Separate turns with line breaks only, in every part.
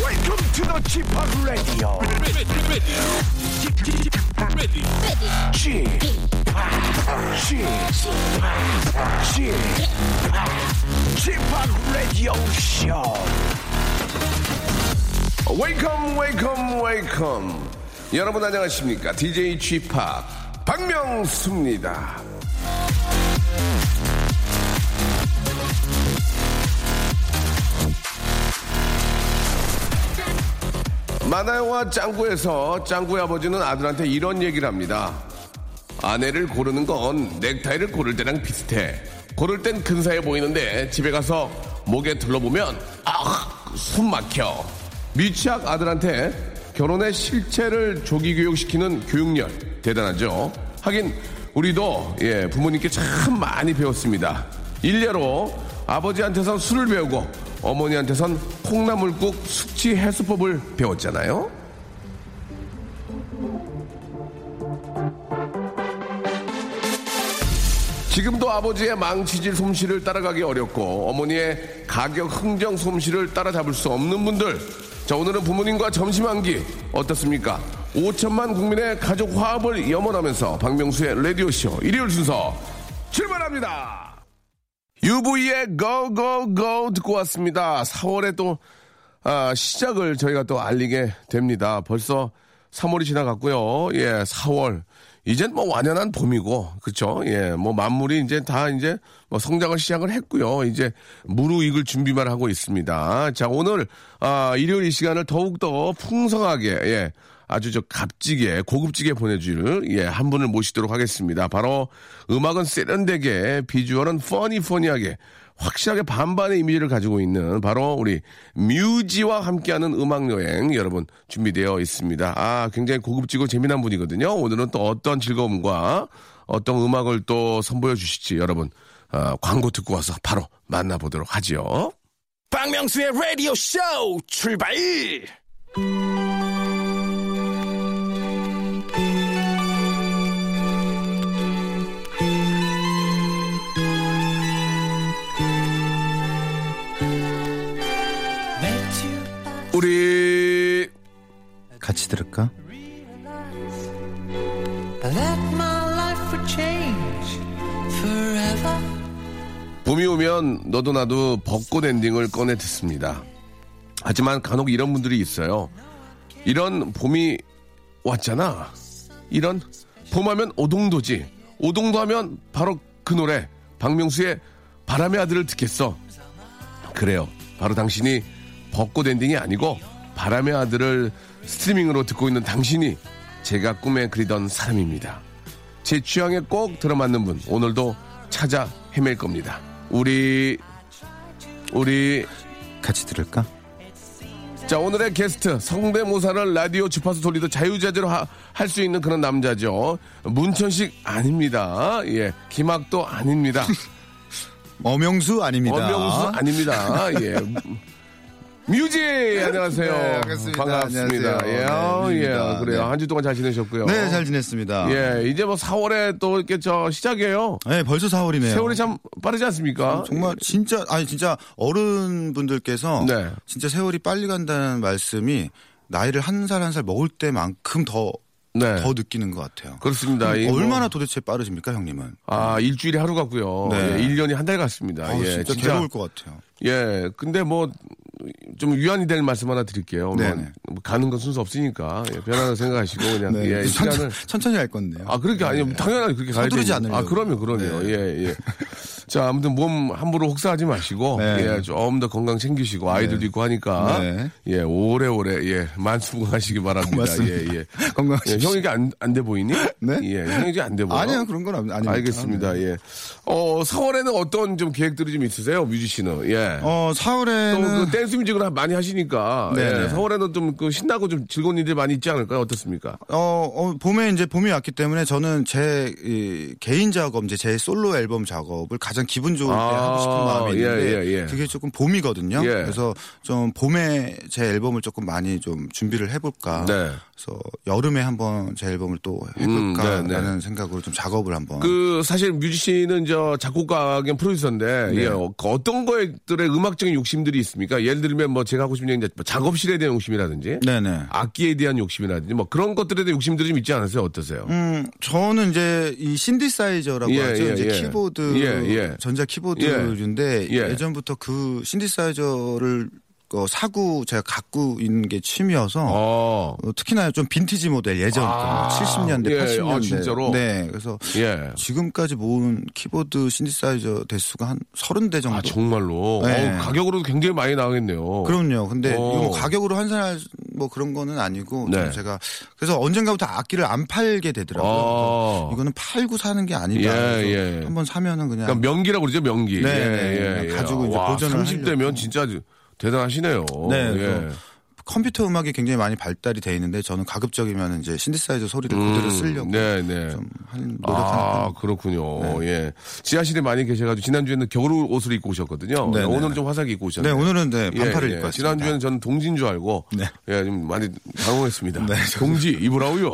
Welcome to the Chip Radio. Chip Chip Radio Show.
웨이컴 웨이컴 웨이컴 여러분 안녕하십니까 DJ 쥐팍 박명수입니다 만화영화 짱구에서 짱구의 아버지는 아들한테 이런 얘기를 합니다 아내를 고르는 건 넥타이를 고를 때랑 비슷해 고를 땐 근사해 보이는데 집에 가서 목에 둘러보면 아숨 막혀 미취학 아들한테 결혼의 실체를 조기 교육시키는 교육열 대단하죠 하긴 우리도 예, 부모님께 참 많이 배웠습니다 일례로 아버지한테선 술을 배우고 어머니한테선 콩나물국 숙취 해소법을 배웠잖아요 지금도 아버지의 망치질 솜씨를 따라가기 어렵고 어머니의 가격 흥정 솜씨를 따라잡을 수 없는 분들 자 오늘은 부모님과 점심 한끼 어떻습니까? 5천만 국민의 가족 화합을 염원하면서 박명수의 라디오쇼 일요일 순서 출발합니다 UV의 Go Go Go 듣고 왔습니다 4월에 또 아, 시작을 저희가 또 알리게 됩니다. 벌써 3월이 지나갔고요. 예, 4월. 이젠 뭐 완연한 봄이고, 그쵸? 예, 뭐 만물이 이제 다 이제 뭐 성장을 시작을 했고요. 이제 무르익을 준비만 하고 있습니다. 자, 오늘, 아, 일요일 이 시간을 더욱더 풍성하게, 예, 아주 저 값지게 고급지게 보내줄 예, 한 분을 모시도록 하겠습니다. 바로 음악은 세련되게 비주얼은 퍼니퍼니하게 확실하게 반반의 이미지를 가지고 있는 바로 우리 뮤지와 함께하는 음악 여행 여러분 준비되어 있습니다. 아 굉장히 고급지고 재미난 분이거든요. 오늘은 또 어떤 즐거움과 어떤 음악을 또 선보여 주실지 여러분 아, 광고 듣고 와서 바로 만나보도록 하지요.
박명수의 라디오 쇼 출발!
우리
같이 들을까?
Let my life for change forever.
봄이 오면 너도 나도 벚꽃 엔딩을 꺼내 듣습니다. 하지만 간혹 이런 분들이 있어요. 이런 봄이 왔잖아. 이런 봄하면 오동도지. 오동도 하면 바로 그 노래 박명수의 바람의 아들을 듣겠어. 그래요. 바로 당신이 벚꽃 엔딩이 아니고 바람의 아들을 스트리밍으로 듣고 있는 당신이 제가 꿈에 그리던 사람입니다. 제 취향에 꼭 들어맞는 분 오늘도 찾아 헤맬 겁니다. 우리 우리
같이 들을까?
자 오늘의 게스트 성대모사를 라디오 주파수 돌리도 자유자재로 할 수 있는 그런 남자죠. 문천식 아닙니다. 예 김학도 아닙니다.
어명수 아닙니다.
원명수 아닙니다. 예. 뮤직 안녕하세요.
네, 반갑습니다.
반갑습니다.
안녕하세요.
예, 아우,
네,
예,
뮤직입니다.
그래요.
네.
한 주 동안 잘 지내셨고요.
네, 잘 지냈습니다.
예, 이제 뭐 4월에 또 이렇게 저 시작이에요.
네, 벌써 4월이네요.
세월이 참 빠르지 않습니까?
정말 진짜 아니 진짜 어른분들께서
네.
진짜 세월이 빨리 간다는 말씀이 나이를 한 살 한 살 먹을 때만큼 더 더
네.
느끼는 것 같아요.
그렇습니다. 이 뭐-
음, 얼마나 도대체 빠르십니까, 형님은?
아, 일주일에 하루 같고요.
네.
예, 1년이 한 달 같습니다.
아,
예,
진짜, 괴로울 것 같아요.
예, 근데 뭐 좀 위안이 될 말씀 하나 드릴게요. 뭐,
네네.
뭐 가는 건 순서 없으니까 예, 편안하게 생각하시고 그냥
네,
예,
천-
시간을
천천히 할 건데요.
그러니까 아, 그렇게 아니요. 아, 당연하게 그렇게
예.
가야
서두르지
되죠. 아,
않으려고.
그럼요, 그럼요. 예, 예. 자, 아무튼 몸 함부로 혹사하지 마시고,
네.
예, 좀 더 건강 챙기시고, 아이들도 있고 하니까,
네.
예, 오래오래, 예, 만수긍하시기 바랍니다.
고맙습니다.
예, 예.
건강하십시오.
예, 형이 이게 안, 안 돼 보이니?
네?
예, 형이 이게 안 돼 보여.
아니요, 그런 건 아니- 아닙니다. 네.
알겠습니다. 예. 어, 4월에는 어떤 좀 계획들이 좀 있으세요, 뮤지 씨는? 예.
어,
또그
4월에는
댄스 뮤직을 많이 하시니까
네네.
예, 4월에는 좀 그 신나고 좀 즐거운 일들이 많이 있지 않을까요? 어떻습니까?
어, 어, 봄에 이제 봄이 왔기 때문에 저는 제 이, 개인 작업, 이제 제 솔로 앨범 작업을 가장 기분 좋을 때
아,
하고 싶은 마음이 있는데
예, 예, 예.
그게 조금 봄이거든요.
예.
그래서 좀 봄에 제 앨범을 조금 많이 좀 준비를 해볼까.
네.
그래서 여름에 한번 제 앨범을 또 해볼까라는
음, 네, 네.
생각으로 좀 작업을 한번.
그 사실 뮤지 씨는 저 작곡가 겸 프로듀서인데
네.
예, 어, 그 어떤 거에들의 음악적인 욕심들이 있습니까? 예를 들면 뭐 제가 하고 싶은 얘기 이제 뭐 작업실에 대한 욕심이라든지
네네.
악기에 대한 욕심이라든지 뭐 그런 것들에 대한 욕심들이 좀 있지 않으세요? 어떠세요?
음, 저는 이제 이 신디사이저라고
예,
하죠.
예,
이제
예.
키보드,
예, 예.
전자 키보드류인데
예. 예.
예전부터 그 신디사이저를 어, 사고 제가 갖고 있는 게 취미여서
어.
어, 특히나 좀 빈티지 모델 예전
아,
거 70년대,
예, 아,
80년대.
진짜로?
네, 그래서
예.
지금까지 모은 키보드 신디사이저 대수가 한 30대 정도.
아 정말로
네.
어우, 가격으로도 굉장히 많이 나가겠네요.
그럼요. 근데
어.
이거 뭐 가격으로 환산할 뭐 그런 거는 아니고
네.
좀 제가 그래서 언젠가부터 악기를 안 팔게 되더라고요.
아.
그래서 이거는 팔고 사는 게 아니다.
예,
그래서
예.
한번 사면은 그냥
그러니까 명기라고 그러죠 명기. 예,
네, 네, 그냥 가지고 이제
와,
보존을
30대면
하려고.
진짜 아주 대단하시네요.
네,
예.
그래서 컴퓨터 음악이 굉장히 많이 발달이 돼 있는데 저는 가급적이면 이제 신디사이저 소리를 그대로 쓰려고
네, 네.
좀 하는 노력하는
아 그렇군요.
네.
예, 지하실에 많이 계셔가지고 지난 주에는 겨울 옷을 입고 오셨거든요.
네,
오늘
네.
좀 화사하게 입고
네,
오셨네요.
오늘은 네,
예,
반팔을
예.
입고 왔습니다.
지난 주에는 저는 동지인 줄 알고
네.
예, 좀 많이 당황했습니다. 동지 입으라고요.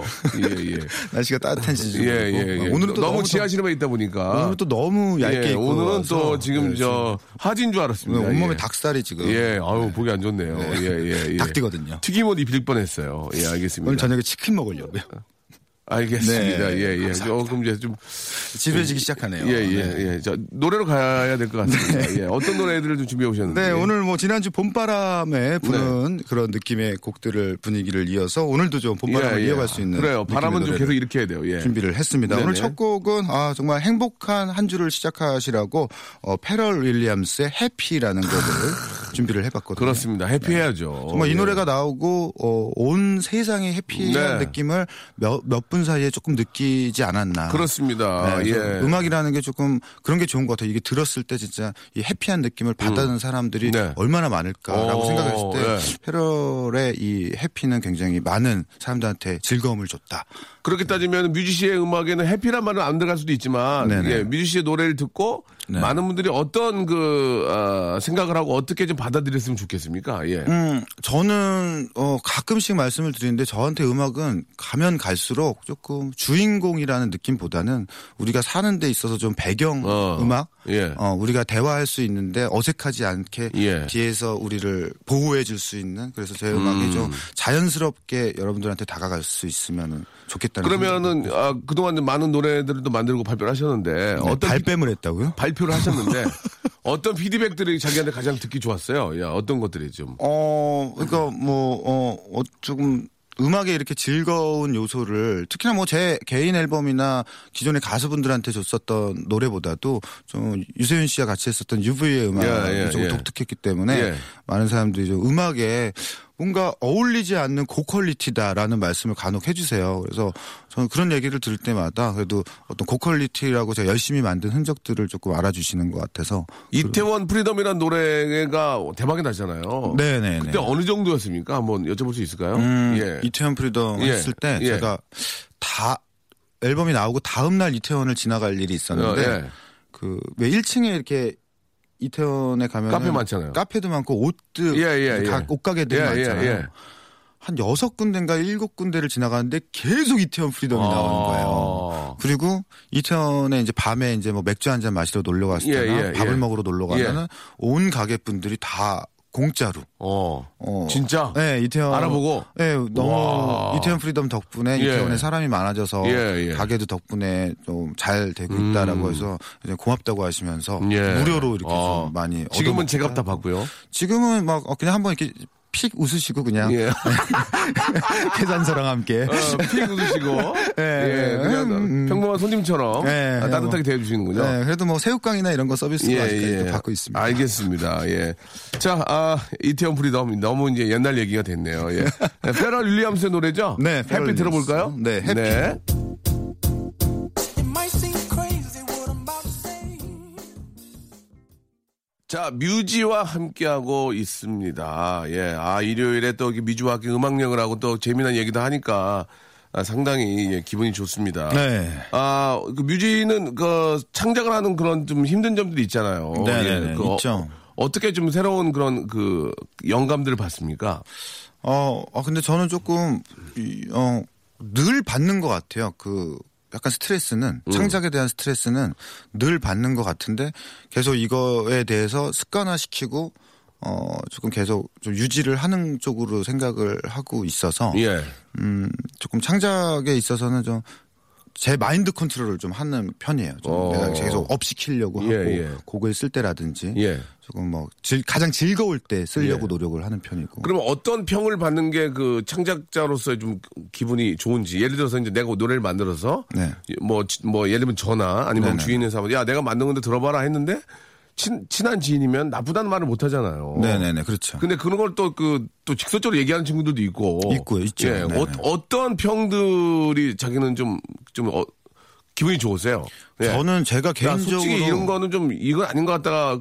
예, 예.
날씨가 따뜻해지고
예, 예, 예.
아, 오늘은 또
너무
너무
지하실에만 있다 보니까
오늘 또 너무 얇게
예,
입고
오늘은 또
와서
지금
네,
저 하진 줄 알았습니다.
오늘 온몸에
예.
닭살이 지금
예, 아유 보기 안 좋네요. 예, 예, 예.
닭띠거든요.
튀김옷 입힐 뻔했어요. 예, 알겠습니다.
오늘 저녁에 치킨 먹으려고요.
알겠습니다.
네,
예, 예. 조금 이제 좀
지루해지기 시작하네요.
예, 예,
네.
예. 자, 노래로 가야 될 것 같습니다. 예. 어떤 노래들을 좀 준비해 오셨는데.
네, 오늘 뭐 지난주
네.
봄바람에 부는 그런 느낌의 곡들을 분위기를 이어서 오늘도 좀 봄바람을 이어갈 수 있는
예, 그래요. 바람은 좀
느낌의
계속
노래를
이렇게 해야 돼요. 예.
준비를 했습니다.
네네.
오늘 첫 곡은 아 정말 행복한 한 주를 시작하시라고 어, 페럴 윌리엄스의 해피라는 곡을 준비를 해봤거든요.
아, 그렇습니다. 해피해야죠.
네. 정말 이
예.
노래가 나오고 어, 온 세상이 해피한
네.
느낌을 몇 분 사이에 조금 느끼지 않았나.
예. 그렇습니다.
네, 그래서
예.
음악이라는 게 조금 그런 게 좋은 것 같아요. 이게 들었을 때 진짜 이 해피한 느낌을 받아는 사람들이
음. 네.
얼마나 많을까라고
오, 예.
생각했을 때 페럴의 이 해피는 굉장히 많은 사람들한테 즐거움을 줬다.
그렇게
네.
따지면 뮤지 씨의 음악에는 해피란 말은 안 들어갈 수도 있지만
네네. 네.
예, 뮤지 씨의 노래를 듣고 많은 분들이 어떤 그 아, 생각을 하고 어떻게 좀 받아들였으면 좋겠습니까? 예.
음, 저는 어, 가끔씩 말씀을 드리는데 저한테 음악은 가면 갈수록 조금 주인공이라는 느낌보다는 우리가 사는 데 있어서 좀 배경
어,
음악,
예.
어, 우리가 대화할 수 있는데 어색하지 않게
예.
뒤에서 우리를 보호해 줄 수 있는 그래서 제 음악이 좀 자연스럽게 여러분들한테 다가갈 수 있으면 좋겠다는 생각이
그러면은 아, 그동안 많은 노래들도 만들고 발표를 하셨는데
네,
어떤
발뺌을 했다고요?
발표를 하셨는데 어떤 피드백들이 자기한테 가장 듣기 좋았어요? 야, 어떤 것들이 좀.
어, 그러니까 뭐, 어, 어, 조금 음악에 이렇게 즐거운 요소를 특히나 뭐 제 개인 앨범이나 기존의 가수분들한테 줬었던 노래보다도 좀 유세윤 씨와 같이 했었던 UV의 음악이
예, 예,
좀
예.
독특했기 때문에
예.
많은 사람들이 좀 음악에 뭔가 어울리지 않는 고퀄리티다라는 말씀을 간혹 해주세요. 그래서 저는 그런 얘기를 들을 때마다 그래도 어떤 고퀄리티라고 제가 열심히 만든 흔적들을 조금 알아주시는 것 같아서
이태원 프리덤이라는 노래가 대박이 났잖아요.
네네네.
그때 어느 정도였습니까? 한번 여쭤볼 수 있을까요?
음,
예.
이태원 프리덤
예,
했을 때
예.
제가 다 앨범이 나오고 다음 날 이태원을 지나갈 일이 있었는데
어, 예.
그 왜 1층에 이렇게 이태원에 가면
카페 많잖아요.
카페도 많고 옷도
예, 예,
각
예.
옷가게들이
예, 예,
많잖아요.
예.
한 여섯 군데인가 일곱 군데를 지나가는데 계속 이태원 프리덤이 나오는 거예요.
아.
그리고 이태원에 이제 밤에 이제 뭐 맥주 한 잔 마시러 놀러 갔을
예,
때나
예,
밥을
예.
먹으러 놀러 가면은 온 가게 분들이 다 공짜로
어.
어.
진짜?
네, 이태원
알아보고?
네, 너무
와.
이태원 프리덤 덕분에
예.
이태원에 사람이 많아져서
예, 예.
가게도 덕분에 좀 잘 되고 있다라고 해서 이제 고맙다고 하시면서
예.
무료로 이렇게
어.
좀 많이
지금은
얻어먹-
제값 다 받고요.
지금은 막 어, 그냥 한번 이렇게 픽 웃으시고 그냥 네.
예. 어.
계산서랑 함께
피 웃으시고
예,
예,
예.
그냥
음, 음.
평범한 손님처럼
예,
아, 따뜻하게
뭐.
대해주시는군요.
네, 그래도 뭐 새우깡이나 이런 거 서비스도
예,
아직까지도 받고 있습니다.
알겠습니다. 예. 자, 아, 이태원 프리덤 너무 이제 옛날 얘기가 됐네요. 예. 네, 페럴 윌리엄스의 노래죠?
네, 페럴
해피 들어볼까요?
윌리엄스. 네, 해피.
네.
It might seem crazy what I'm about to say.
자, 뮤지와 함께하고 있습니다. 예. 아, 일요일에 또 이렇게 미주와 함께 음악력을 하고 또 재미난 얘기도 하니까 아, 상당히 예, 기분이 좋습니다.
네.
아, 그 뮤지는 그 창작을 하는 그런 좀 힘든 점들이 있잖아요.
네네네,
어-
있죠.
어떻게 좀 새로운 그런 그 영감들을 받습니까?
어, 어, 근데 저는 조금, 이, 어, 늘 받는 것 같아요. 그, 약간 스트레스는,
음.
창작에 대한 스트레스는 늘 받는 것 같은데 계속 이거에 대해서 습관화시키고, 어, 조금 계속 좀 유지를 하는 쪽으로 생각을 하고 있어서,
예.
음, 조금 창작에 있어서는 좀, 제 마인드 컨트롤을 좀 하는 편이에요. 좀
어.
내가 계속 업 시키려고 하고
예, 예.
곡을 쓸 때라든지
예.
조금 뭐 질- 가장 즐거울 때 쓰려고 노력을 하는 편이고.
그러면 어떤 평을 받는 게 그 창작자로서의 좀 기분이 좋은지 예를 들어서 이제 내가 노래를 만들어서
네.
뭐, 지- 뭐 예를 들면 전화 아니면 뭐 주인의 사람 야 내가 만든 건데 들어봐라 했는데 친, 친한 지인이면 나쁘다는 말을 못 하잖아요.
네네네 그렇죠.
근데 그런 걸 또 그 또 직접적으로 얘기하는 친구들도 있고
있고요, 있죠.
예,
네네.
어, 떤 평들이 자기는 좀 좀 어, 기분이 좋으세요. 예.
저는 제가
야,
개인적으로
솔직히 이런 거는 좀 이건 아닌 것 같다가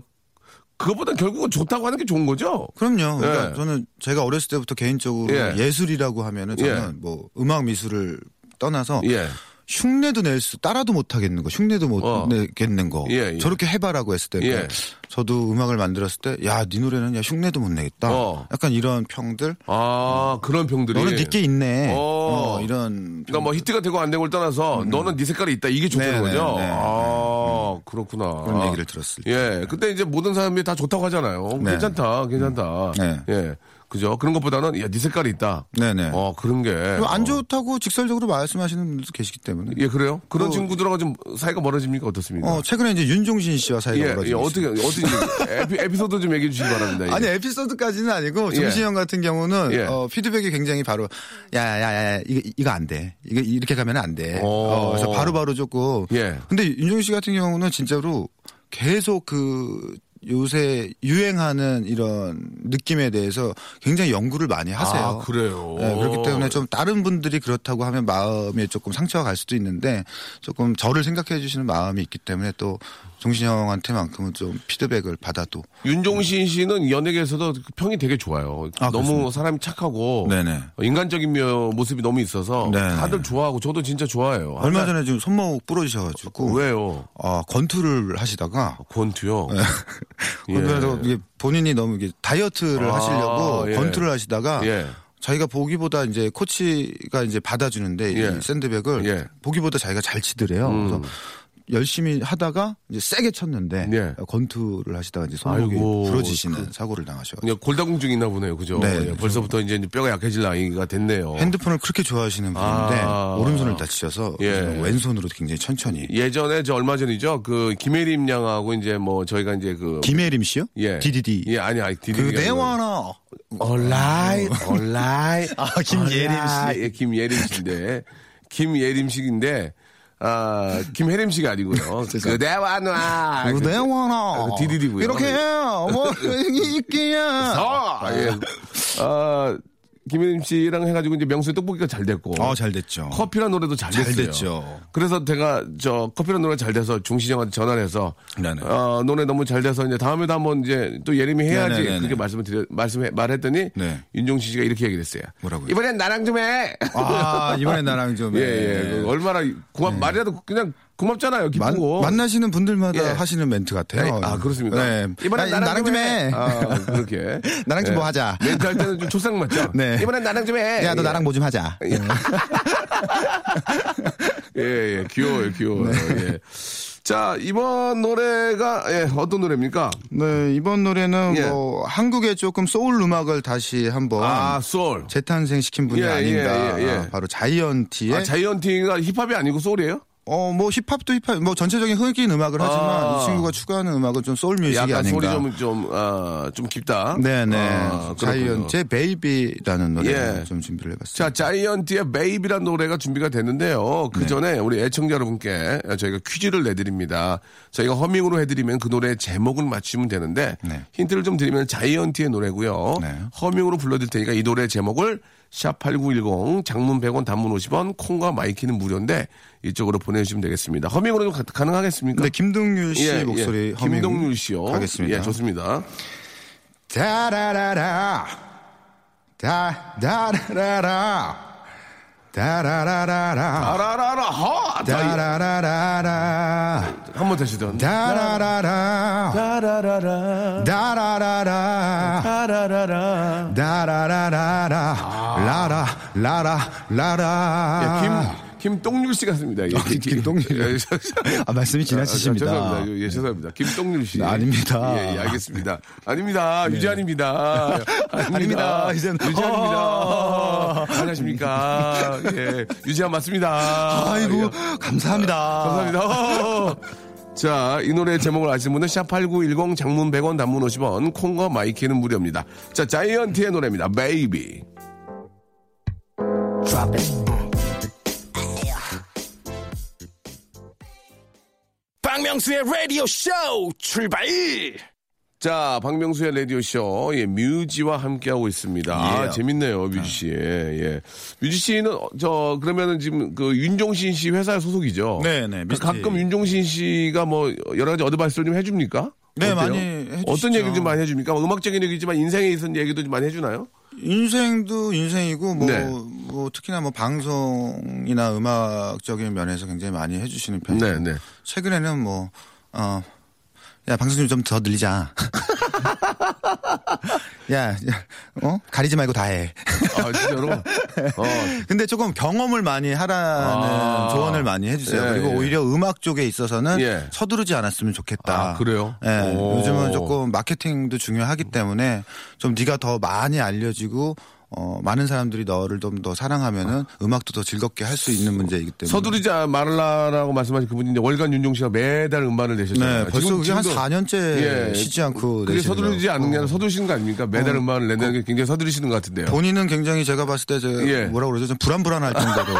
그것보다 결국은 좋다고 하는 게 좋은 거죠.
그럼요. 그러니까
예.
저는 제가 어렸을 때부터 개인적으로
예.
예. 술이라고 하면은 저는
예.
뭐 음악 미술을 떠나서
예.
흉내도 낼 수 따라도 못 하겠는 거, 흉내도 못
어.
내겠는 거.
예, 예.
저렇게 해봐라고 했을 때, 그러니까
예.
저도 음악을 만들었을 때, 야, 네 노래는 야 흉내도 못 내겠다.
어.
약간 이런 평들.
아 그런 평들이
너는 네게 있네.
어.
어, 이런.
그러니까 뭐 히트가 되고 안 되고를 떠나서 너는 네 색깔이 있다 이게 좋다는
음. 네,
거죠.
네, 네,
아 그렇구나.
그런 얘기를 들었을 때.
예, 근데 이제 모든 사람이 다 좋다고 하잖아요.
네.
괜찮다, 괜찮다.
네.
예, 그죠? 그런 것보다는 야, 네 색깔이 있다.
네네.
어 그런 게.
그럼 안
어.
좋다고 직설적으로 말씀하시는 분들도 계시기 때문에.
예, 그래요? 그런
그-
친구들하고 좀 사이가 멀어집니까? 어떻습니까?
어, 최근에 이제 윤종신 씨와 사이가
예,
멀어지고
예, 어떻게
있습니다.
어떻게 에피, 에피소드 좀 얘기해 주시기 바랍니다. 예.
아니 에피소드까지는 아니고
예.
종신 형 같은 경우는
예.
어, 피드백이 굉장히 바로 야야야 이거 이거 안 돼. 이거 이렇게 가면 안 돼.
오.
어, 그래서 바로바로 조금.
예.
근데 윤종 씨 같은 경우는 진짜로 계속 그 요새 유행하는 이런 느낌에 대해서 굉장히 연구를 많이 하세요.
아, 그래요?
네, 그렇기 때문에 좀 다른 분들이 그렇다고 하면 마음에 조금 상처가 갈 수도 있는데 조금 저를 생각해 주시는 마음이 있기 때문에 또 종신 형한테만큼은 좀 피드백을 받아도
윤종신 씨는 연예계에서도 그 평이 되게 좋아요.
아,
너무
그렇습니까?
사람이 착하고
네네.
어, 인간적인 며- 모습이 너무 있어서
네네.
다들 좋아하고 저도 진짜 좋아해요.
얼마
한때-
전에 지금 손목 부러지셔가지고
왜요?
아, 권투를 하시다가
권투요.
네. 권투하다가 이게 본인이 너무 이게 다이어트를
예. 아,
하시려고
예.
권투를 하시다가
예.
자기가 보기보다 이제 코치가 이제 받아주는데
예.
이 샌드백을
예. 음.
보기보다 자기가 잘 치더래요. 그래서 열심히 하다가 이제 세게 쳤는데
예.
권투를 하시다가 이제 손목이
아이고,
부러지시는 사고를 당하셔가지고
그냥 골다공증 있나 보네요, 그죠?
네,
예,
그렇죠.
벌써부터 이제 뼈가 약해질 나이가 됐네요.
핸드폰을 그렇게 좋아하시는 분인데
예. 아.
오른손을 다치셔서
예.
그냥 왼손으로 굉장히 천천히
예전에 저 얼마 전이죠, 그 김혜림 양하고 이제 뭐 저희가 이제 그
김혜림 씨요?
예.
DDD
예, 아니, 아니, DDD. 가
그대
아니고. 어,
와라
얼라이,
어,
얼라이.
아, 김예림 씨.
예, 김예림 씨인데. 김예림 씨인데, 아, 김혜림 씨가 아니고요. 그대 와놔.
어, 그대 와라
아, 그 DDD고요.
이렇게 뭐 있기야
아, 예. 아, 김혜림 씨랑 해가지고 이제 명수의 떡볶이가 잘 됐고.
어잘 됐죠
커피란 노래도 잘,
잘
됐어요.
됐죠.
그래서 제가 저 커피란 노래 잘 돼서 중시정한테 전화를 해서
네네.
어, 노래 너무 잘 돼서 이제 다음에도 한번 이제 또 예림이 해야지
네네네네.
그렇게 말씀을 드려 말씀해 말했더니
네.
윤종신 씨가 이렇게 얘기를 했어요.
뭐라고요?
이번엔 나랑 좀 해.
아 이번에 나랑 좀
예,
예.
예. 그 얼마나 고맙 말이라도 그냥 고맙잖아요.
네. 만,
기쁘고.
만나시는 분들마다
예.
하시는 멘트 같아요
아, 그렇습니다.
네.
이번엔
나-
나랑, 좀 해.
해.
아, 그렇게. 네.
나랑 좀뭐 하자.
멘트 할 때는 좀 초상 맞죠?
네.
이번엔 나랑 좀 해.
야 너 나랑 뭐 좀 하자
예, 예, 귀여워요, 귀여워요.
네.
예. 자, 이번 노래가, 예, 어떤 노래입니까?
네 이번 노래는
예.
뭐 한국의 조금 소울 음악을 다시 한번
아, 소울.
재탄생시킨 분이
예, 예,
아닌가
예, 예.
바로 자이언티의
아, 자이언티가 힙합이 아니고 소울이에요?
어, 뭐 힙합도 힙합, 뭐 전체적인 흑인 음악을 하지만
아.
이 친구가 추구하는 음악은 좀 소울 뮤직이
약간
아닌가.
소리 좀, 좀, 아, 좀 깊다.
네네.
아, 그렇군요.
자이언트의 베이비라는 노래
예.
를좀 준비를 해봤습니다.
자, 자이언티의 베이비란 노래가 준비가 됐는데요.
네.
그 전에 우리 애청자 여러분께 저희가 퀴즈를 내드립니다. 저희가 허밍으로 해드리면 그 노래의 제목을 맞추면 되는데
네.
힌트를 좀 드리면 자이언티의 노래고요.
네.
허밍으로 불러드릴 테니까 이 노래의 제목을 샵8910 장문 100원 단문 50원 콩과 마이키는 무료인데 이쪽으로 보내주시면 되겠습니다. 허밍으로도 가- 가능하겠습니까? 예,
네, 김동률 씨 목소리 허밍
김동률 씨요.
가겠습니다.
예, 좋습니다.
다라라라 다 다라라라 다라라라라
아라라라 하!
다라라라라
한번 다시던.
다라라라
다라라라
다라라라 아.
다라라라
다라라라라 라라 라라 라라
예, 김 김동률 씨 같습니다. 예,
아,
김-
김동률.
예, 저-
아, 말씀이 지나치십니다. 네,
아, 죄송합니다. 예, 죄송합니다. 김동률 씨.
아닙니다. 네.
예, 예, 알겠습니다. 아닙니다. 유재환입니다.
아닙니다. 아. 이젠-
유재환입니다. 안녕하십니까? 예, 유재환 맞습니다.
아이고
예,
감사합니다
감사합니다. 어. 자, 이 노래 제목을 아시는 분은 샵8910 장문 100원 단문 50원 콩과 마이키는 무료입니다. 자, 자이언티의 노래입니다. 베이비.
박명수의 라디오 쇼 출발!
자, 박명수의 라디오쇼, 예, 뮤지와 함께하고 있습니다. 아,
예.
재밌네요, 뮤지 씨. 예, 예. 뮤지 씨는, 어, 저, 그러면은 지금 그 윤종신 씨 회사 소속이죠?
네, 네,
그
미스티.
가끔 윤종신 씨가 뭐, 여러 가지 어드바이스를 좀 해줍니까?
네,
어때요?
많이 해주시죠.
어떤 얘기를 좀 많이 해줍니까? 뭐 음악적인 얘기지만 인생에 있어서 얘기도 좀 많이 해주나요?
인생도 인생이고 뭐,
네.
뭐 특히나 뭐 방송이나 음악적인 면에서 굉장히 많이 해주시는 편이에요.
네, 네.
최근에는 뭐 어. 야 방송 좀 더 늘리자. 야, 야, 어 가리지 말고 다 해.
아, 진짜로? 어,
근데 조금 경험을 많이 하라는
아.
조언을 많이 해주세요.
예,
그리고
예.
오히려 음악 쪽에 있어서는
예.
서두르지 않았으면 좋겠다.
아, 그래요?
예,
오.
요즘은 조금 마케팅도 중요하기 때문에 좀 네가 더 많이 알려지고 어, 많은 사람들이 너를 좀 더 사랑하면은 음악도 더 즐겁게 할 수 있는 문제이기 때문에.
서두르지 말라라고 말씀하신 그분이 이제 월간 윤종 씨가 매달 음반을 내셨잖아요. 예,
네, 벌써 그게 한 4년째 쉬지 않고
그게
내시는
서두르지
거라고. 어.
않는 게 아니라 서두르시는 거 아닙니까? 매달 음반을 내는 게 굉장히 서두르시는 것 같은데요.
본인은 굉장히 제가 봤을 때 제가
예.
뭐라 그러죠? 좀 불안불안할 정도로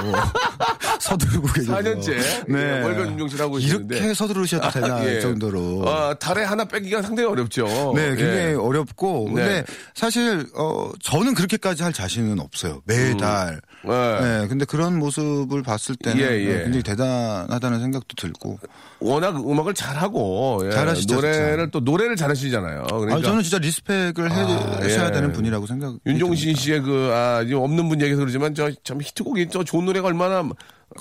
서두르고 계세요.
4년째 예,
네.
월간 윤종 씨를 하고 계시는데
이렇게 서두르셔도 되나 할
예.
정도로.
아, 달에 하나 뺏기가 상당히 어렵죠.
네, 굉장히
예.
어렵고
네.
근데 사실 어 저는 그렇게까지 할 자신은 없어요 매달.
네.
네, 근데 그런 모습을 봤을 때는 네,
예, 예.
굉장히 대단하다는 생각도 들고.
워낙 음악을 잘하고 예.
잘하시죠,
노래를
진짜.
또 노래를 잘하시잖아요. 그러니까
아, 저는 진짜 리스펙을
아,
해, 셔야
예.
되는 분이라고 생각.
윤종신 씨의 그, 아, 이제 없는 분 얘기해서 그러지만 저 참 히트곡이 저 좋은 노래가 얼마나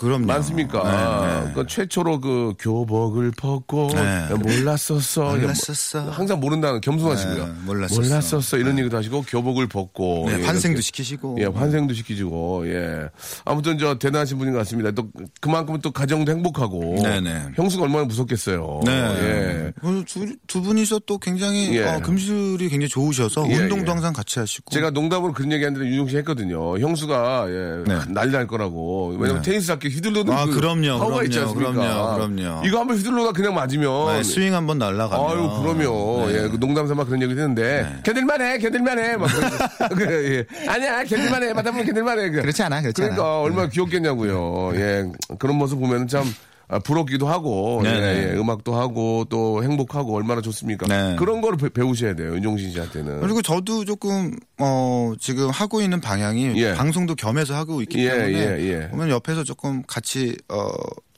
그럼요.
많습니까?
네, 네.
그 최초로 그 교복을 벗고
네.
몰랐었어.
몰랐었어.
이런 뭐- 항상 모른다는 겸손하시고요.
네, 몰랐었어.
이런 얘기도 하시고 교복을 벗고
네,
예,
환생도
이렇게.
시키시고.
예, 환생도 시키시고, 예. 아무튼 저 대단하신 분인 것 같습니다. 또 그만큼 또 가정도 행복하고.
네, 네.
형수가 얼마나 무섭겠어요.
네.
예.
그리고 두, 두 분이서 또 굉장히
예.
어, 금술이 굉장히 좋으셔서
예,
운동도
예.
항상 같이 하시고.
제가 농담으로 그런 얘기 했는데 윤종 신 했거든요. 형수가 예,
네.
난리 날 거라고. 왜냐면 테니스 라켓 휘둘러는
아,
그
그럼요,
파워가
그럼요,
있지 않습니까?
그럼요, 그럼요.
이거 한번 휘둘러다 그냥 맞으면
네, 스윙 한번 날라가면. 네.
아유, 그럼요. 예, 그 농담 삼아 그런 얘기 했는데, 견딜만 해, 견딜만 해. 막. 그러면서. 그래, 예. 아니야, 견딜만 해. 맞다 보면 견딜만 해. 그.
그렇지 않아, 그렇지
그러니까
않아. 네.
얼마나 귀엽겠냐고요. 예. 그런 모습 보면 참 아, 부럽기도 하고,
네,
예,
네.
예, 음악도 하고, 또 행복하고, 얼마나 좋습니까.
네.
그런 걸 배, 우셔야 돼요, 윤종신 씨한테는.
그리고 저도 조금 어 지금 하고 있는 방향이
예.
방송도 겸해서 하고 있기
예,
때문에
예, 예.
보면 옆에서 조금 같이 어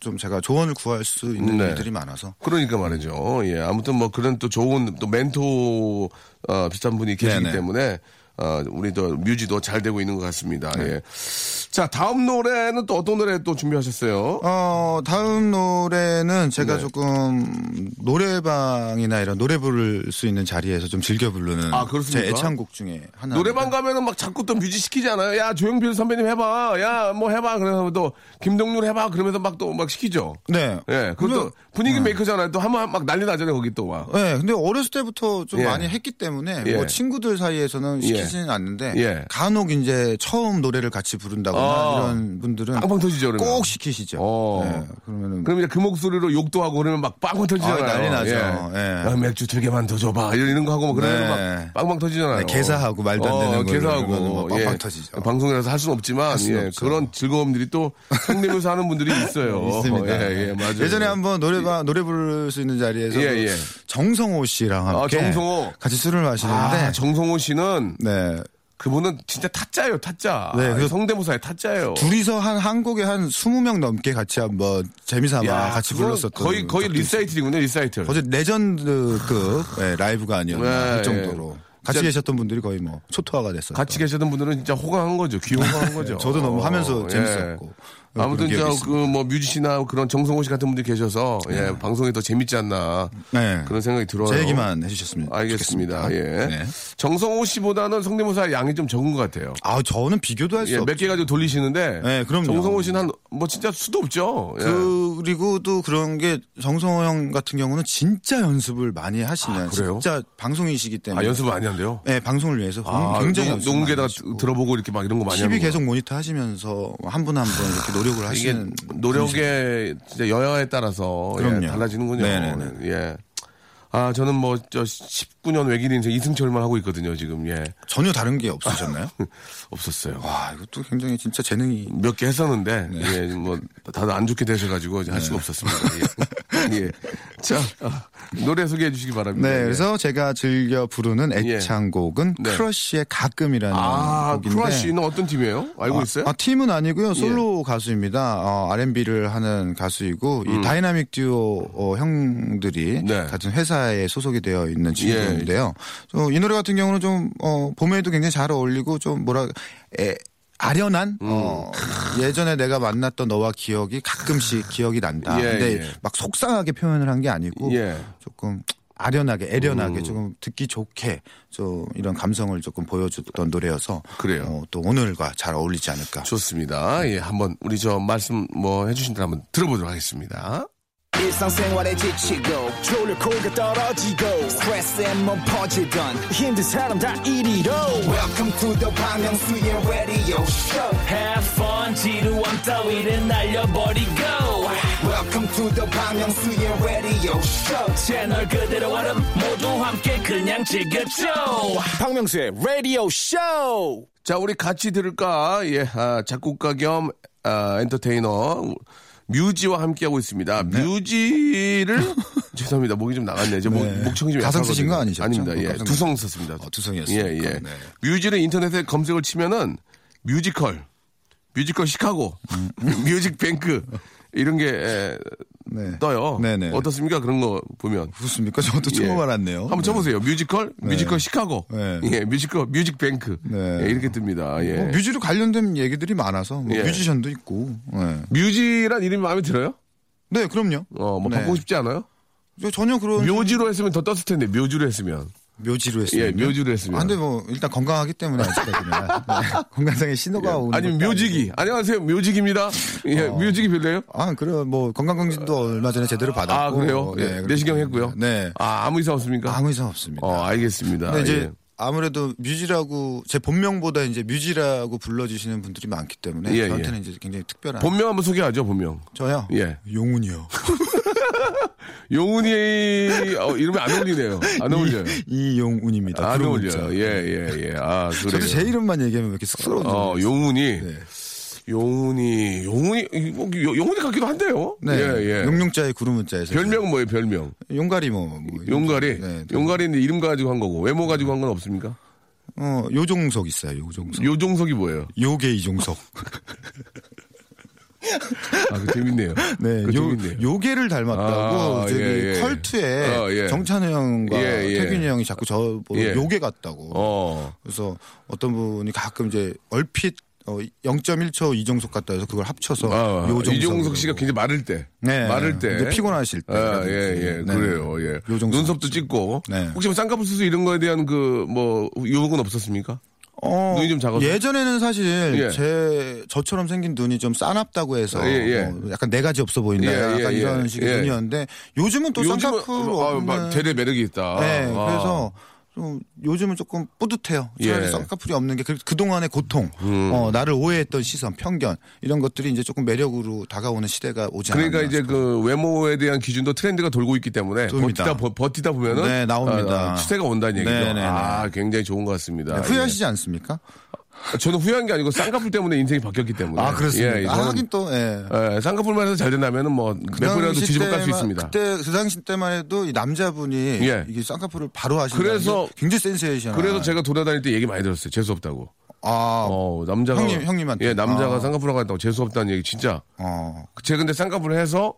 좀 제가 조언을 구할 수 있는
네.
일들이 많아서
그러니까 말이죠. 예. 아무튼 뭐 그런 또 좋은 또 멘토 어, 비슷한 분이 계시기
네네.
때문에 어, 우리 또 뮤지도 잘 되고 있는 것 같습니다.
네.
예. 자 다음 노래는 또 어떤 노래 또 준비하셨어요?
어 다음 노래는 제가
네.
조금 노래방이나 이런 노래 부를 수 있는 자리에서 좀 즐겨 부르는
아, 그렇습니까?
제 애창곡 중에 하나
노래방 가면은 막 자꾸 또 뮤지 시키잖아요. 야 조영필 선배님 해봐. 야 뭐 해봐. 그래서 또 김동률 해봐. 그러면서 막 또 막 시키죠.
네
예. 그리고 또 분위기 메이커잖아요. 또 한번 막
어,
난리 나잖아요. 거기 또 막.
네, 근데 어렸을 예, 때부터 좀
예.
많이 했기 때문에
예.
뭐 친구들 사이에서는 시키지 하지는 않는데
예.
간혹 이제 처음 노래를 같이 부른다거나
아.
이런 분들은
빵빵 터지죠, 그러면.
꼭 시키시죠.
어.
네, 그러면은
그럼 이제 그 목소리로 욕도 하고 그러면 막 빵빵 터지잖아요.
아, 난리 나죠.
예.
예.
야, 맥주 두 개만 더 줘봐. 이런, 이런 거 하고 막 그러면
네.
막 빵빵 터지잖아요. 어,
네, 개사하고 말도 안 되는 걸로 그러면 뭐
개사하고 예.
빵빵 터지죠.
방송이라서 할 수는 없지만
수는
예,
없죠.
그런 즐거움들이 또 성내면서 하는 분들이 있어요.
있습니다.
예, 예, 맞아요.
전에 한번 노래방 노래 부를 수 있는 자리에서
예, 예.
정성호 씨랑 함께
아, 정성호.
같이 술을 마시는데
아, 정성호 씨는
네.
그분은 진짜 타짜예요, 타짜.
네, 그래서-
성대모사의 타짜예요.
둘이서 한 한국에 한 20명 넘게 같이 한번 재미삼아
야,
같이
그건
불렀었던
거의 거의
적도 있어요.
리사이틀이군요, 리사이틀.
어제 레전드급 예, 라이브가 아니었나
네,
할 정도로
예.
같이
진짜-
계셨던 분들이 거의 뭐 초토화가 됐어요.
같이 계셨던 분들은 진짜 호강한 거죠. 귀호강한 거죠.
저도 너무
어,
하면서
예.
재밌었고.
아무튼
어, 그런 기억이 있습니다.
저그뭐 뮤지시나 그런 정성호 씨 같은 분들이 계셔서 예, 방송이 더 재밌지 않나
네.
그런 생각이 들어요.
제 얘기만 해주셨습니다.
알겠습니다. 예.
네.
정성호 씨보다는 성대모사 양이 좀 적은 것 같아요.
아 저는 비교도 할 수
예,
없죠.
몇 개 가지고 돌리시는데
네, 그럼요.
정성호 씨는 한 뭐 진짜 수도 없죠. 예.
그리고 또 그런 게 정성호 형 같은 경우는 진짜 연습을 많이 하시는
아, 그래요?
진짜 방송이시기 때문에
아, 연습 많이 한대요.
네, 방송을 위해서
아,
굉장히
녹-
연습 많이
녹음기에다가
하시고.
들어보고 이렇게 막 이런 거 많이
TV
하는구나.
계속 모니터 하시면서 한 분 한 분 이렇게 노력을
이게
하시는
노력의 진짜 여야에 따라서 예,
그럼요.
달라지는군요.
네네네.
예. 아 저는 뭐 저 19년 외길 인생 이승철만 하고 있거든요 지금 예
전혀 다른 게 없으셨나요?
없었어요.
와 이것도 굉장히 진짜 재능이
몇 개 했었는데
네.
예 뭐 다들 안 좋게 되셔가지고 이제 할 수가 없었습니다. 예. 예. 자 아, 노래 소개해 주시기 바랍니다.
네,
예.
그래서 제가 즐겨 부르는 애창곡은
네.
크러쉬의 가끔이라는
아
음, 곡인데
크러쉬는 어떤 팀이에요? 알고
아,
있어요? 예.
아, 팀은 아니고요. 솔로 가수입니다. 어, R&B를 하는 가수이고 이 다이나믹 듀오 어, 형들이
음. 네. 예.
같은 회사에 소속이 되어 있는 친구인데요. 어, 이 노래 같은 경우는 좀 어, 봄에도 굉장히 잘 어울리고 좀 뭐라 에, 아련한
음.
어, 예전에 내가 만났던 너와 기억이 가끔씩 기억이 난다.
예,
근데
예.
막 속상하게 표현을 한 게 아니고
예. 음.
조금 아련하게 애련하게 조금 듣기 좋게 좀 이런 감성을 조금 보여줬던 노래여서
그래요.
어, 또 오늘과 잘 어울리지 않을까.
좋습니다. 예 한번 우리 저 말씀 뭐 해주신 대로 한번 들어보도록 하겠습니다.
일상생활에 지치고, 졸려 코가 떨어지고, 스트레스에 몸 퍼지던, 힘든 사람 다 이리로. welcome to the Bang Myung-soo's radio show
Have fun 지루함 따위를 날려버리고
welcome to the Bang Myung-soo's radio show
채널 그대로 얼음 모두 함께 그냥 즐겨줘
박명수의 라디오 쇼.
자, 우리 같이 들을까? 예, 아, 작곡가 겸 아, 엔터테이너 뮤지와 함께하고 있습니다.
네.
뮤지를 죄송합니다. 목이 좀 나갔네요. 제 목,
네.
목청이 좀
가성
약하거든요.
쓰신 거 아니셨죠?
아닙니다. 예,
가성-
두성 썼습니다.
어, 두성이었습니까?
예, 예.
네.
뮤지를 인터넷에 검색을 치면은 뮤지컬, 뮤지컬 시카고,
음.
뮤직뱅크 이런 게 에,
네.
떠요.
네네.
어떻습니까? 그런 거 보면.
그렇습니까? 저도
예.
처음 알았네요.
한번 쳐보세요. 뮤지컬, 뮤지컬 시카고,
네.
예, 뮤지컬, 뮤직뱅크
네.
예, 이렇게 뜹니다. 예.
네. 뭐 뮤지로 관련된 얘기들이 많아서 뭐
예.
뮤지션도 있고. 네,
뮤지란 이름이 마음에 들어요?
네, 그럼요.
어, 뭐
네. 음.
바꾸고 싶지 않아요?
저 전혀 그런
묘지로 했으면 더 떴을 텐데, 묘지로 했으면.
묘지로 했어요.
예, 묘지로 했습니다.
아, 근데 뭐 일단 건강하기 때문에 아직까지는 네. 건강상의 신호가 오는
예. 아니면
것도
묘지기. 안녕하세요, 묘지기입니다. 예,
어.
묘지기 별로예요?
아, 그래요. 뭐 건강검진도 얼마 전에 제대로 받았고.
아, 그래요?
네,
예,
그렇기
내시경
때문에.
했고요.
네.
아, 아무 이상 없습니까?
아무 이상 없습니다.
어, 알겠습니다.
근데 이제
예.
아무래도 뮤지라고 제 본명보다 이제 뮤지라고 불러주시는 분들이 많기 때문에
예,
저한테는 이제 굉장히 특별한
본명 한번 소개하죠, 본명.
저요.
예.
용훈이요.
용훈이, 어, 이름이 안 어울리네요. 안 어울려요.
이용훈입니다.
안
그런
어울려요.
문자.
예, 예, 예. 아, 그래요.
저도 제 이름만 얘기하면 왜 이렇게 쑥스러운지.
어,
모르겠어요.
용훈이.
네.
용훈이, 용훈이, 이거 용훈이 같기도 한데요.
네.
예, 예.
용용자의 구름 문자에서
별명은 뭐예요, 별명?
용가리 뭐, 뭐 이런
용가리.
거. 네.
용가리인데 이름 가지고 한 거고 외모 가지고 한 건 없습니까?
어, 요종석 있어요. 요종석.
요종석이 뭐예요?
요... 게 이종석.
아, 그 재밌네요.
네.
그
요,
재밌네요.
요게를 닮았다고
아,
저기
예, 예.
컬트에
어, 예.
정찬우 형과
예, 예.
태균이 형이 자꾸 저 보고
예.
요게 같다고.
어.
그래서 어떤 분이 가끔 이제 얼핏 어, 0.1초 이종석 같다 해서 그걸 합쳐서
아,
요종석.
이종석 씨가 굉장히 마를 때.
네.
마를
이제
때.
피곤하실 때.
아, 예, 예.
네.
그래요. 예.
요종석.
눈썹도 찍고.
네.
혹시 뭐 쌍꺼풀 수술 이런 거에 대한 그, 뭐, 유혹은 없었습니까?
어,
눈이 좀 작아서?
예전에는 사실
예.
제 저처럼 생긴 눈이 좀 싸납다고 해서
예, 예.
어, 약간 네 가지 없어 보인다.
예, 예,
약간
예.
이런 식의
예.
눈이었는데 요즘은 또
요즘은,
쌍꺼풀
아, 막
없는
되레 매력이 있다.
네,
아.
그래서 좀 요즘은 조금 뿌듯해요. 차라리
예. 음.
쌍꺼풀이 없는 게 그 동안의 고통, 어, 나를 오해했던 시선, 편견 이런 것들이 이제 조금 매력으로 다가오는 시대가 오지 않았나.
그러니까 이제 그 외모에 대한 기준도 트렌드가 돌고 있기 때문에
돕니다.
버티다 버- 버티다 보면은
네, 나옵니다.
아, 추세가 온다는 얘기죠.
네, 네, 네.
아 굉장히 좋은 것 같습니다.
네, 후회하시지 않습니까?
예. 저는 후회한 게 아니고 쌍꺼풀 때문에 인생이 바뀌었기 때문에.
아 그렇습니다.
예,
아,
저는,
하긴 또 예.
예, 쌍꺼풀만 해서 잘 된다면은 뭐몇
그
번이라도
당시
뒤집어 깔 수
때만-
있습니다.
그때 그 당시 때만 해도 이 남자분이
예.
이게 쌍꺼풀을 바로 하시는
그래서-
게 굉장히 센세이션.
그래서 제가 돌아다닐 때 얘기 많이 들었어요. 재수 없다고.
아,
어, 남자가
형님, 형님한테.
예, 남자가
아.
쌍꺼풀 하고 있다고 재수 없다는 얘기 진짜.
어,
제가 근데 쌍꺼풀 해서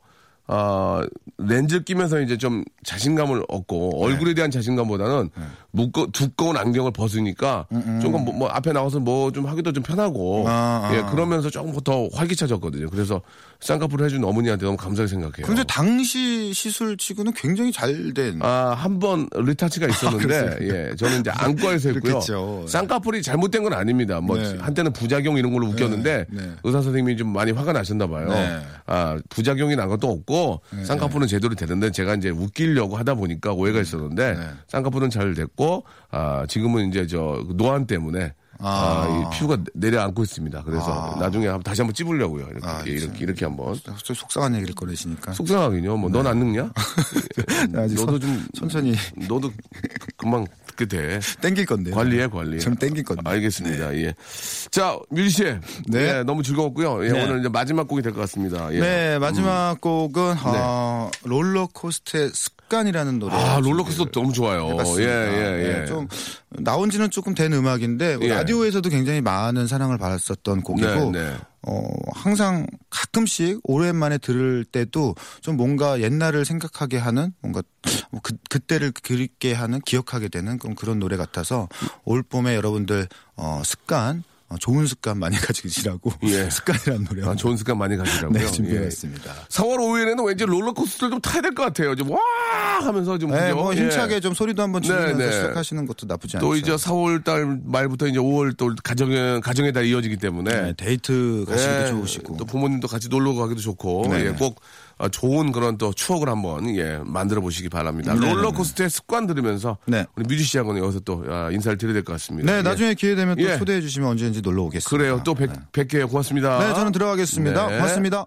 아 렌즈 끼면서 이제 좀 자신감을 얻고
네.
얼굴에 대한 자신감보다는 무거 두꺼운 안경을 벗으니까 조금 뭐, 뭐 앞에 나와서 뭐 좀 하기도 좀 편하고
음, 아, 아.
예 그러면서 조금 더 활기차졌거든요. 그래서 쌍꺼풀 해준 어머니한테 너무 감사하게 생각해요.
근데 당시 시술치고는 굉장히 잘된
아, 한 번 리타치가 있었는데,
아, 그렇습니까?
예, 저는 이제 안과에서 했고요.
그렇겠죠.
쌍꺼풀이 잘못된 건 아닙니다. 뭐,
네.
한때는 부작용 이런 걸로 웃겼는데,
네, 네.
의사선생님이 좀 많이 화가 나셨나 봐요.
네.
아, 부작용이 난 것도 없고, 쌍꺼풀은 제대로 되는데, 제가 이제 웃기려고 하다 보니까 오해가
음.
있었는데,
네.
쌍꺼풀은 잘 됐고, 아, 지금은 이제 저, 노안 때문에, 아, 이 피부가 내려앉고 있습니다. 그래서
아.
나중에 한번 다시 한번 찝으려고요. 이렇게, 이렇게, 이렇게 한번.
갑자기 속상한 얘기를 꺼내시니까
속상하긴요. 뭐, 넌 안 늙냐?
네. 아직
너도
선-
좀
천천히
너도 금방 그렇게 돼.
땡길 건데요.
관리해 관리.
좀 네. 땡길 건데.
알겠습니다. 예. 자 뮤지 씨,
네.
예, 너무 즐거웠고요. 예, 오늘 이제 마지막 곡이 될 것 같습니다. 예. 네.
네, 마지막 곡은 어, 롤러코스터의 습관이라는 노래.
아 롤러코스터 너무 좋아요. 예예 예. 예.
네, 좀 나온지는 조금 된 음악인데
예.
라디오에서도 굉장히 많은 사랑을 받았었던 곡이고
네, 네.
어, 항상 가끔씩 오랜만에 들을 때도 좀 뭔가 옛날을 생각하게 하는 뭔가 뭐 그, 그때를 그립게 하는 기억하게 되는 그런 그런 노래 같아서 올 봄에 여러분들 어, 습관 어, 좋은 습관 많이 가지시라고
예.
습관이라는 노래
아, 좋은 습관 많이 가지라고요.
네, 준비했습니다.
4월 5일에는 왠지 롤러코스터를 좀 타야 될 것 같아요. 좀와 하면서 좀
네,
그죠?
뭐
예.
힘차게 좀 소리도 한번 지르면서
네, 네.
시작하시는 것도 나쁘지 않죠.
또 이제 4월 달 말부터 이제 5월 또 가정의 가정의 달 이어지기 때문에
네, 데이트 가시기도
예,
좋으시고
또 부모님도 같이 놀러 가기도 좋고
네.
예, 꼭 어, 좋은 그런 또 추억을 한번 예, 만들어 보시기 바랍니다.
네.
롤러코스터의 습관 들으면서
네.
우리 뮤지 씨하고는 여기서 또 아, 인사를 드려야 될 것 같습니다.
네,
예.
나중에 기회 되면 또
예.
초대해 주시면 언제든지 놀러 오겠습니다.
그래요. 또 뵙,
네.
뵙게요. 고맙습니다.
네, 저는 들어가겠습니다.
네.
고맙습니다.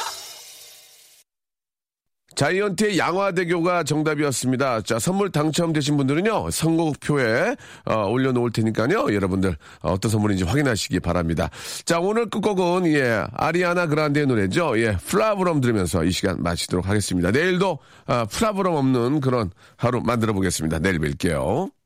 자이언트의 양화대교가 정답이었습니다. 자, 선물 당첨되신 분들은요, 선곡표에 어, 올려놓을 테니까요, 여러분들 어, 어떤 선물인지 확인하시기 바랍니다. 자, 오늘 끝곡은 예, 아리아나 그란데의 노래죠. 예, 플라브럼 들으면서 이 시간 마치도록 하겠습니다. 내일도 아, 플라브럼 없는 그런 하루 만들어 보겠습니다. 내일 뵐게요.